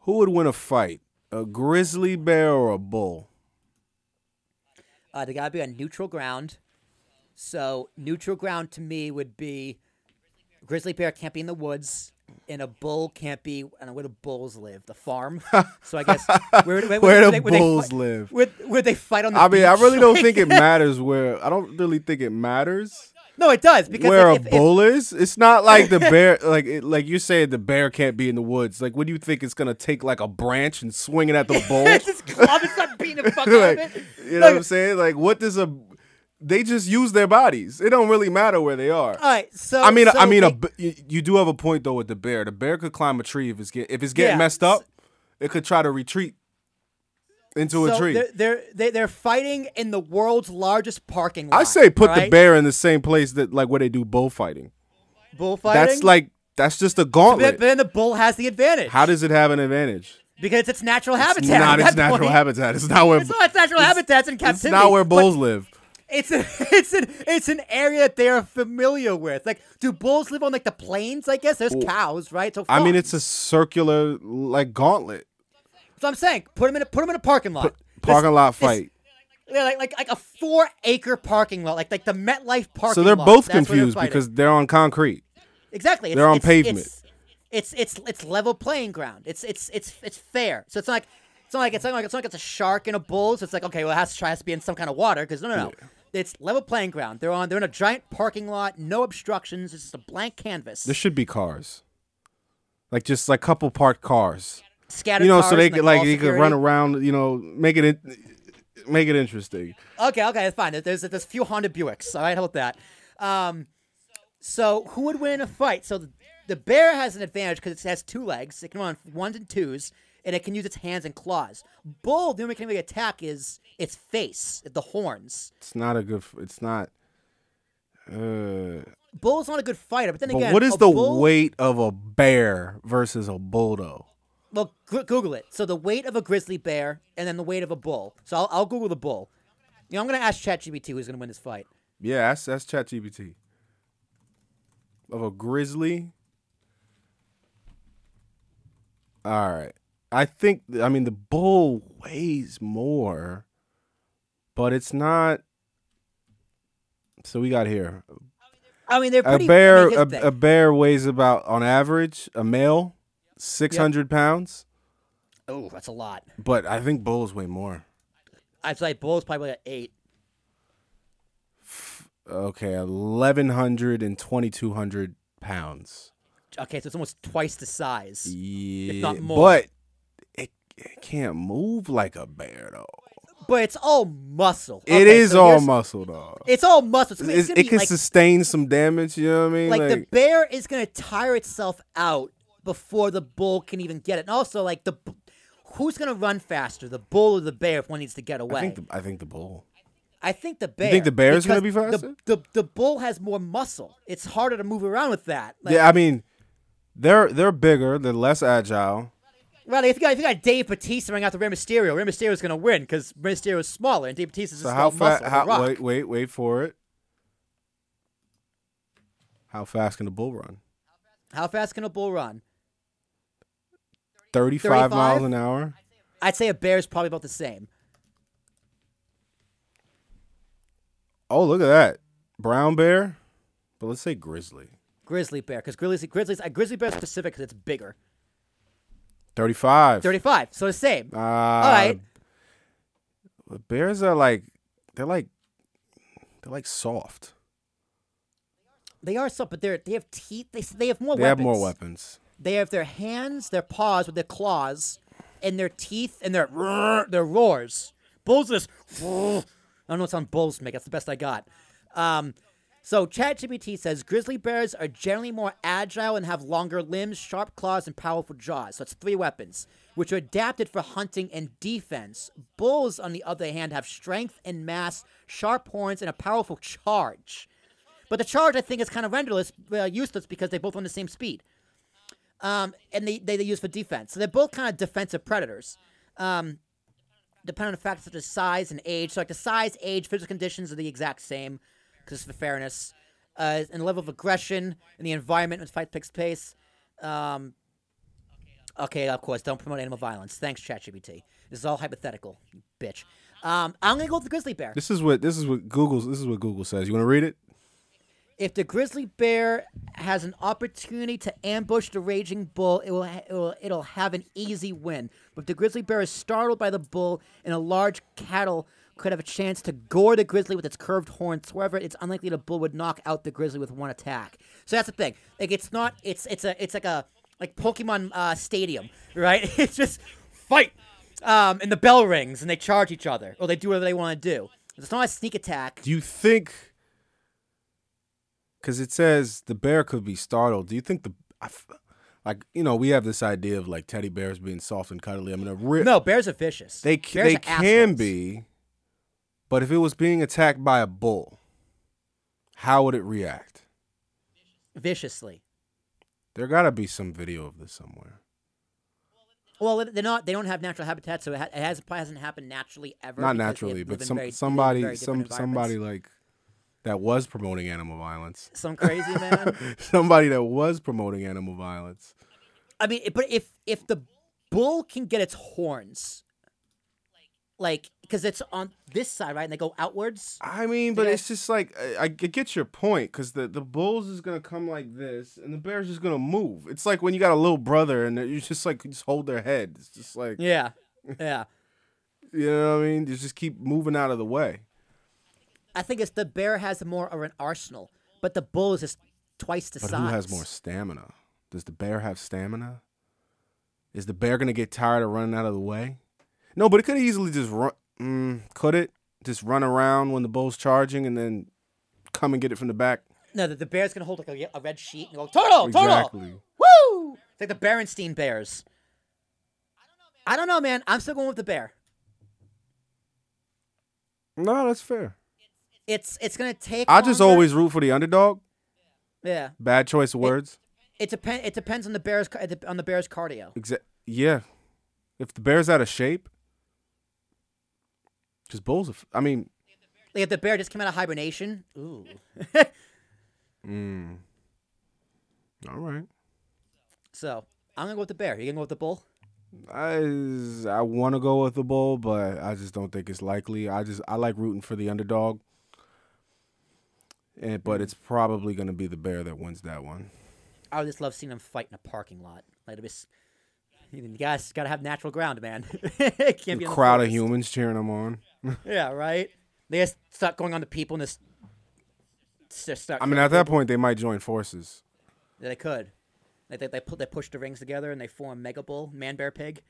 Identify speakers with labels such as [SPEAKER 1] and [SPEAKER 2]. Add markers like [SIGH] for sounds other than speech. [SPEAKER 1] Who would win a fight, a grizzly bear or a bull?
[SPEAKER 2] [LAUGHS] Uh, they gotta be on neutral ground. So neutral ground to me would be grizzly bear can't be in the woods, and a bull can't be. I don't know where the bulls live,
[SPEAKER 1] [LAUGHS]
[SPEAKER 2] the farm. so I guess where, where,
[SPEAKER 1] Where
[SPEAKER 2] do
[SPEAKER 1] the bulls live.
[SPEAKER 2] Where, where they fight on the
[SPEAKER 1] I mean, I
[SPEAKER 2] beach,
[SPEAKER 1] really don't
[SPEAKER 2] like-
[SPEAKER 1] think it matters where. I don't really think it
[SPEAKER 2] [LAUGHS]
[SPEAKER 1] matters
[SPEAKER 2] No, it does because
[SPEAKER 1] where
[SPEAKER 2] if,
[SPEAKER 1] a
[SPEAKER 2] if- [LAUGHS] if-
[SPEAKER 1] bull is. It's not like the bear, like it, like you said, the bear can't be in the woods. Like, what do you think it's gonna take, like a branch and swing it at the
[SPEAKER 2] [LAUGHS]
[SPEAKER 1] bull? [LAUGHS]
[SPEAKER 2] it's just club, it's not beating the fuck out of
[SPEAKER 1] like,
[SPEAKER 2] it.
[SPEAKER 1] you know what I'm
[SPEAKER 2] Like-
[SPEAKER 1] saying? Like, what does a? They just use their bodies. It don't really matter where they are.
[SPEAKER 2] All right, so
[SPEAKER 1] I mean,
[SPEAKER 2] so
[SPEAKER 1] I mean, a
[SPEAKER 2] they-
[SPEAKER 1] b you you do have a point though with the bear. The bear could climb a tree if it's get if it's getting
[SPEAKER 2] Yeah.
[SPEAKER 1] messed up, it could try to retreat into
[SPEAKER 2] so
[SPEAKER 1] a tree.
[SPEAKER 2] They're, they're they- they're fighting in the world's largest parking lot.
[SPEAKER 1] I say put the
[SPEAKER 2] alright?
[SPEAKER 1] bear in the same place that like where they do bullfighting.
[SPEAKER 2] bullfighting.
[SPEAKER 1] That's like that's just a
[SPEAKER 2] But
[SPEAKER 1] gauntlet.
[SPEAKER 2] then the bull has the advantage.
[SPEAKER 1] How does it have an advantage?
[SPEAKER 2] because it's its natural habitat.
[SPEAKER 1] It's
[SPEAKER 2] at
[SPEAKER 1] not its
[SPEAKER 2] that
[SPEAKER 1] natural
[SPEAKER 2] point.
[SPEAKER 1] habitat. It's not where
[SPEAKER 2] It's not its natural habitats in
[SPEAKER 1] it's
[SPEAKER 2] captivity.
[SPEAKER 1] not where
[SPEAKER 2] but
[SPEAKER 1] bulls live.
[SPEAKER 2] It's [LAUGHS] a, it's an it's an area that they are familiar with. Like, do bulls live on like the plains? I guess there's cows, right? So
[SPEAKER 1] I mean,
[SPEAKER 2] farms.
[SPEAKER 1] it's a circular like gauntlet
[SPEAKER 2] So I'm saying, put them in a put 'em in a parking lot.
[SPEAKER 1] parking lot
[SPEAKER 2] this-
[SPEAKER 1] fight.
[SPEAKER 2] Yeah, like like like a four acre parking lot, like like the MetLife parking.
[SPEAKER 1] So they're
[SPEAKER 2] lot.
[SPEAKER 1] both
[SPEAKER 2] That's where they're
[SPEAKER 1] confused
[SPEAKER 2] fighting.
[SPEAKER 1] because they're on concrete.
[SPEAKER 2] exactly it's,
[SPEAKER 1] they're on
[SPEAKER 2] it's-
[SPEAKER 1] pavement.
[SPEAKER 2] It's, it's it's it's level playing ground. It's it's it's it's fair. So it's not like it's not like it's not like it's not like it's a shark and a bull. So it's like okay, well it has to try to be in some kind of water because no no no. It's level playing ground. They're on. They're in a giant parking lot. No obstructions. It's just a blank canvas.
[SPEAKER 1] There should be cars, like just like couple parked cars.
[SPEAKER 2] scattered
[SPEAKER 1] you know,
[SPEAKER 2] cars
[SPEAKER 1] so they
[SPEAKER 2] and,
[SPEAKER 1] could like
[SPEAKER 2] all
[SPEAKER 1] they could
[SPEAKER 2] security.
[SPEAKER 1] run around. You know, make it in- make it interesting.
[SPEAKER 2] Okay, okay, that's fine. There's there's a few Honda Buicks. All right, hold that. Um, so who would win in a fight? So the, the bear has an advantage because it has two legs. It can run ones and twos, and it can use its hands and claws. Bull, the only thing it can attack is its face, the horns.
[SPEAKER 1] It's not a good. f- It's not. Uh,
[SPEAKER 2] Bull's not a good fighter, but then
[SPEAKER 1] but
[SPEAKER 2] again,
[SPEAKER 1] what is
[SPEAKER 2] a
[SPEAKER 1] the
[SPEAKER 2] bull,
[SPEAKER 1] weight of a bear versus a bull though?
[SPEAKER 2] Well, gr- Google it. So the weight of a grizzly bear, and then the weight of a bull. So I'll, I'll Google the bull. You know, I'm gonna ask ChatGPT who's gonna win this fight.
[SPEAKER 1] Yeah, that's that's ChatGPT. Of a grizzly. All right, I think I mean the bull weighs more, but it's not. So we got here
[SPEAKER 2] I mean, they're
[SPEAKER 1] a
[SPEAKER 2] pretty. I mean,
[SPEAKER 1] bear
[SPEAKER 2] here's
[SPEAKER 1] a,
[SPEAKER 2] the thing.
[SPEAKER 1] a bear weighs about on average a male 600 pounds
[SPEAKER 2] oh, that's a lot.
[SPEAKER 1] but i think bulls weigh more
[SPEAKER 2] I'd say bull's probably at eight.
[SPEAKER 1] okay 1100 and 2200 pounds
[SPEAKER 2] Okay, so it's almost twice the size.
[SPEAKER 1] yeah
[SPEAKER 2] not more.
[SPEAKER 1] but it, it can't move like a bear though
[SPEAKER 2] But it's all muscle.
[SPEAKER 1] it
[SPEAKER 2] Okay,
[SPEAKER 1] is
[SPEAKER 2] so
[SPEAKER 1] all
[SPEAKER 2] here's-
[SPEAKER 1] muscle though
[SPEAKER 2] It's all muscle. It's gonna,
[SPEAKER 1] It's-
[SPEAKER 2] it's gonna
[SPEAKER 1] it
[SPEAKER 2] be
[SPEAKER 1] can
[SPEAKER 2] like,
[SPEAKER 1] sustain some damage you know what i mean
[SPEAKER 2] like the bear is gonna tire itself out before the bull can even get it. And also, like the b- who's gonna run faster, the bull or the bear, if one needs to get
[SPEAKER 1] I,
[SPEAKER 2] away?
[SPEAKER 1] think the, I think the bull
[SPEAKER 2] I think the bear.
[SPEAKER 1] think the bear is gonna
[SPEAKER 2] because
[SPEAKER 1] be
[SPEAKER 2] the-
[SPEAKER 1] faster?
[SPEAKER 2] The, the bull has more muscle. It's harder to move around with that. Like,
[SPEAKER 1] yeah i mean they're they're bigger they're less agile
[SPEAKER 2] Right, if you got if you got Dave Batista running out to Rey Mysterio, Rey Mysterio's gonna win because Rey Mysterio's smaller and Dave Batista's
[SPEAKER 1] So
[SPEAKER 2] just
[SPEAKER 1] how
[SPEAKER 2] all muscle.
[SPEAKER 1] fast?
[SPEAKER 2] like a
[SPEAKER 1] How,
[SPEAKER 2] rock.
[SPEAKER 1] wait, wait, wait for it. How fast can the bull run?
[SPEAKER 2] How fast can a bull run?
[SPEAKER 1] Thirty-five miles
[SPEAKER 2] 35?
[SPEAKER 1] an hour.
[SPEAKER 2] I'd say a bear is probably about the same.
[SPEAKER 1] Oh, look at that brown bear. But let's say grizzly.
[SPEAKER 2] Grizzly bear, because grizzlies, grizzlies, a grizzly bear is specific because it's bigger.
[SPEAKER 1] Thirty-five.
[SPEAKER 2] Thirty-five, so the same.
[SPEAKER 1] Uh,
[SPEAKER 2] All right,
[SPEAKER 1] but Bears are like they're like they're like soft.
[SPEAKER 2] they are soft, but they are they have teeth. They s- they have more.
[SPEAKER 1] They have
[SPEAKER 2] weapons.
[SPEAKER 1] more weapons.
[SPEAKER 2] They have their hands, their paws with their claws, and their teeth and their roar- their roars. Bulls are just. I don't know what sound bulls make. That's the best I got. Um, so ChatGPT says grizzly bears are generally more agile and have longer limbs, sharp claws, and powerful jaws. So it's three weapons, which are adapted for hunting and defense. Bulls, on the other hand, have strength and mass, sharp horns, and a powerful charge. But the charge, I think, is kind of renderless, uh, useless because they both run the same speed um, and they, they, they use for defense. So they're both kind of defensive predators, um, depending on factors such as size and age. So like the size, age, physical conditions are the exact same, because for fairness, uh, and level of aggression and the environment in which fight takes place. Um, Okay, of course, don't promote animal violence. Thanks, ChatGPT. This is all hypothetical, you bitch. Um, I'm gonna go with the grizzly bear.
[SPEAKER 1] This is what this is what Google's this is what Google says. You want to read it?
[SPEAKER 2] If the grizzly bear has an opportunity to ambush the raging bull, it will, ha- it will it'll have an easy win. But if the grizzly bear is startled by the bull and a large cattle could have a chance to gore the grizzly with its curved horns. However, it's unlikely the bull would knock out the grizzly with one attack. So that's the thing. Like it's not it's it's a it's like a like Pokemon uh, Stadium, right? [LAUGHS] It's just fight. Um, and the bell rings and they charge each other or they do whatever they want to do. It's not a sneak attack.
[SPEAKER 1] Do you think? Because it says the bear could be startled. Do you think the I f- like you know we have this idea of like teddy bears being soft and cuddly. I mean, a real
[SPEAKER 2] No, bears are vicious.
[SPEAKER 1] they c-
[SPEAKER 2] Bears
[SPEAKER 1] they
[SPEAKER 2] are
[SPEAKER 1] can
[SPEAKER 2] assholes.
[SPEAKER 1] be, but if it was being attacked by a bull, how would it react?
[SPEAKER 2] viciously.
[SPEAKER 1] There gotta be some video of this somewhere.
[SPEAKER 2] Well, they're not. They don't have natural habitats, so it, ha- it has, probably hasn't happened naturally ever.
[SPEAKER 1] Not
[SPEAKER 2] because they
[SPEAKER 1] naturally,
[SPEAKER 2] live
[SPEAKER 1] but
[SPEAKER 2] in
[SPEAKER 1] some
[SPEAKER 2] very- they live in
[SPEAKER 1] somebody
[SPEAKER 2] very
[SPEAKER 1] some
[SPEAKER 2] different
[SPEAKER 1] somebody
[SPEAKER 2] environments.
[SPEAKER 1] like that was promoting animal violence.
[SPEAKER 2] some crazy
[SPEAKER 1] [LAUGHS]
[SPEAKER 2] man.
[SPEAKER 1] somebody that was promoting animal violence.
[SPEAKER 2] I mean, but if if the bull can get its horns, like because it's on this side, right, and they go outwards.
[SPEAKER 1] I mean, but
[SPEAKER 2] Yeah.
[SPEAKER 1] it's just like I, I get your point because the the bulls is gonna come like this, and the bears is gonna move. It's like when you got a little brother and you just like just hold their head. It's just like
[SPEAKER 2] Yeah, yeah.
[SPEAKER 1] you know what I mean. You just keep moving out of the way.
[SPEAKER 2] I think it's the bear has more of an arsenal, but the bull is just twice the
[SPEAKER 1] But
[SPEAKER 2] size.
[SPEAKER 1] who has more stamina? Does the bear have stamina? Is the bear gonna get tired of running out of the way? No, but it could easily just run. Mm, could it just run around when the bull's charging and then come and get it from the back?
[SPEAKER 2] No, the, the bear's gonna hold like a, ye- a red sheet and go total, total.
[SPEAKER 1] Exactly.
[SPEAKER 2] Woo! It's like the Berenstein Bears. I don't know, man. I'm still going with the bear.
[SPEAKER 1] No, that's fair.
[SPEAKER 2] It's it's gonna take.
[SPEAKER 1] I just
[SPEAKER 2] longer.
[SPEAKER 1] always root for the underdog.
[SPEAKER 2] yeah.
[SPEAKER 1] Bad choice of words.
[SPEAKER 2] It depend. It depends on the bear's ca- on the bear's cardio.
[SPEAKER 1] Exa- yeah. If the bear's out of shape, because bulls. Are f- I mean,
[SPEAKER 2] Like if the bear just came out of hibernation, ooh. [LAUGHS]
[SPEAKER 1] all right.
[SPEAKER 2] so I'm gonna go with the bear. You gonna go with the bull?
[SPEAKER 1] I I want to go with the bull, but I just don't think it's likely. I just I like rooting for the underdog. And but it's probably going to be the bear that wins that one.
[SPEAKER 2] I would just love seeing them fight in a parking lot. Like it was, you guys gotta have natural ground, man. [LAUGHS] it can't be
[SPEAKER 1] A
[SPEAKER 2] on the
[SPEAKER 1] crowd of
[SPEAKER 2] forest.
[SPEAKER 1] humans cheering them on.
[SPEAKER 2] Yeah, right. They just start going on to people and just, just start.
[SPEAKER 1] I mean, at that point, they might join forces.
[SPEAKER 2] Yeah, they could. Like they they, pu- they push the rings together and they form Mega Bull, Man Bear Pig.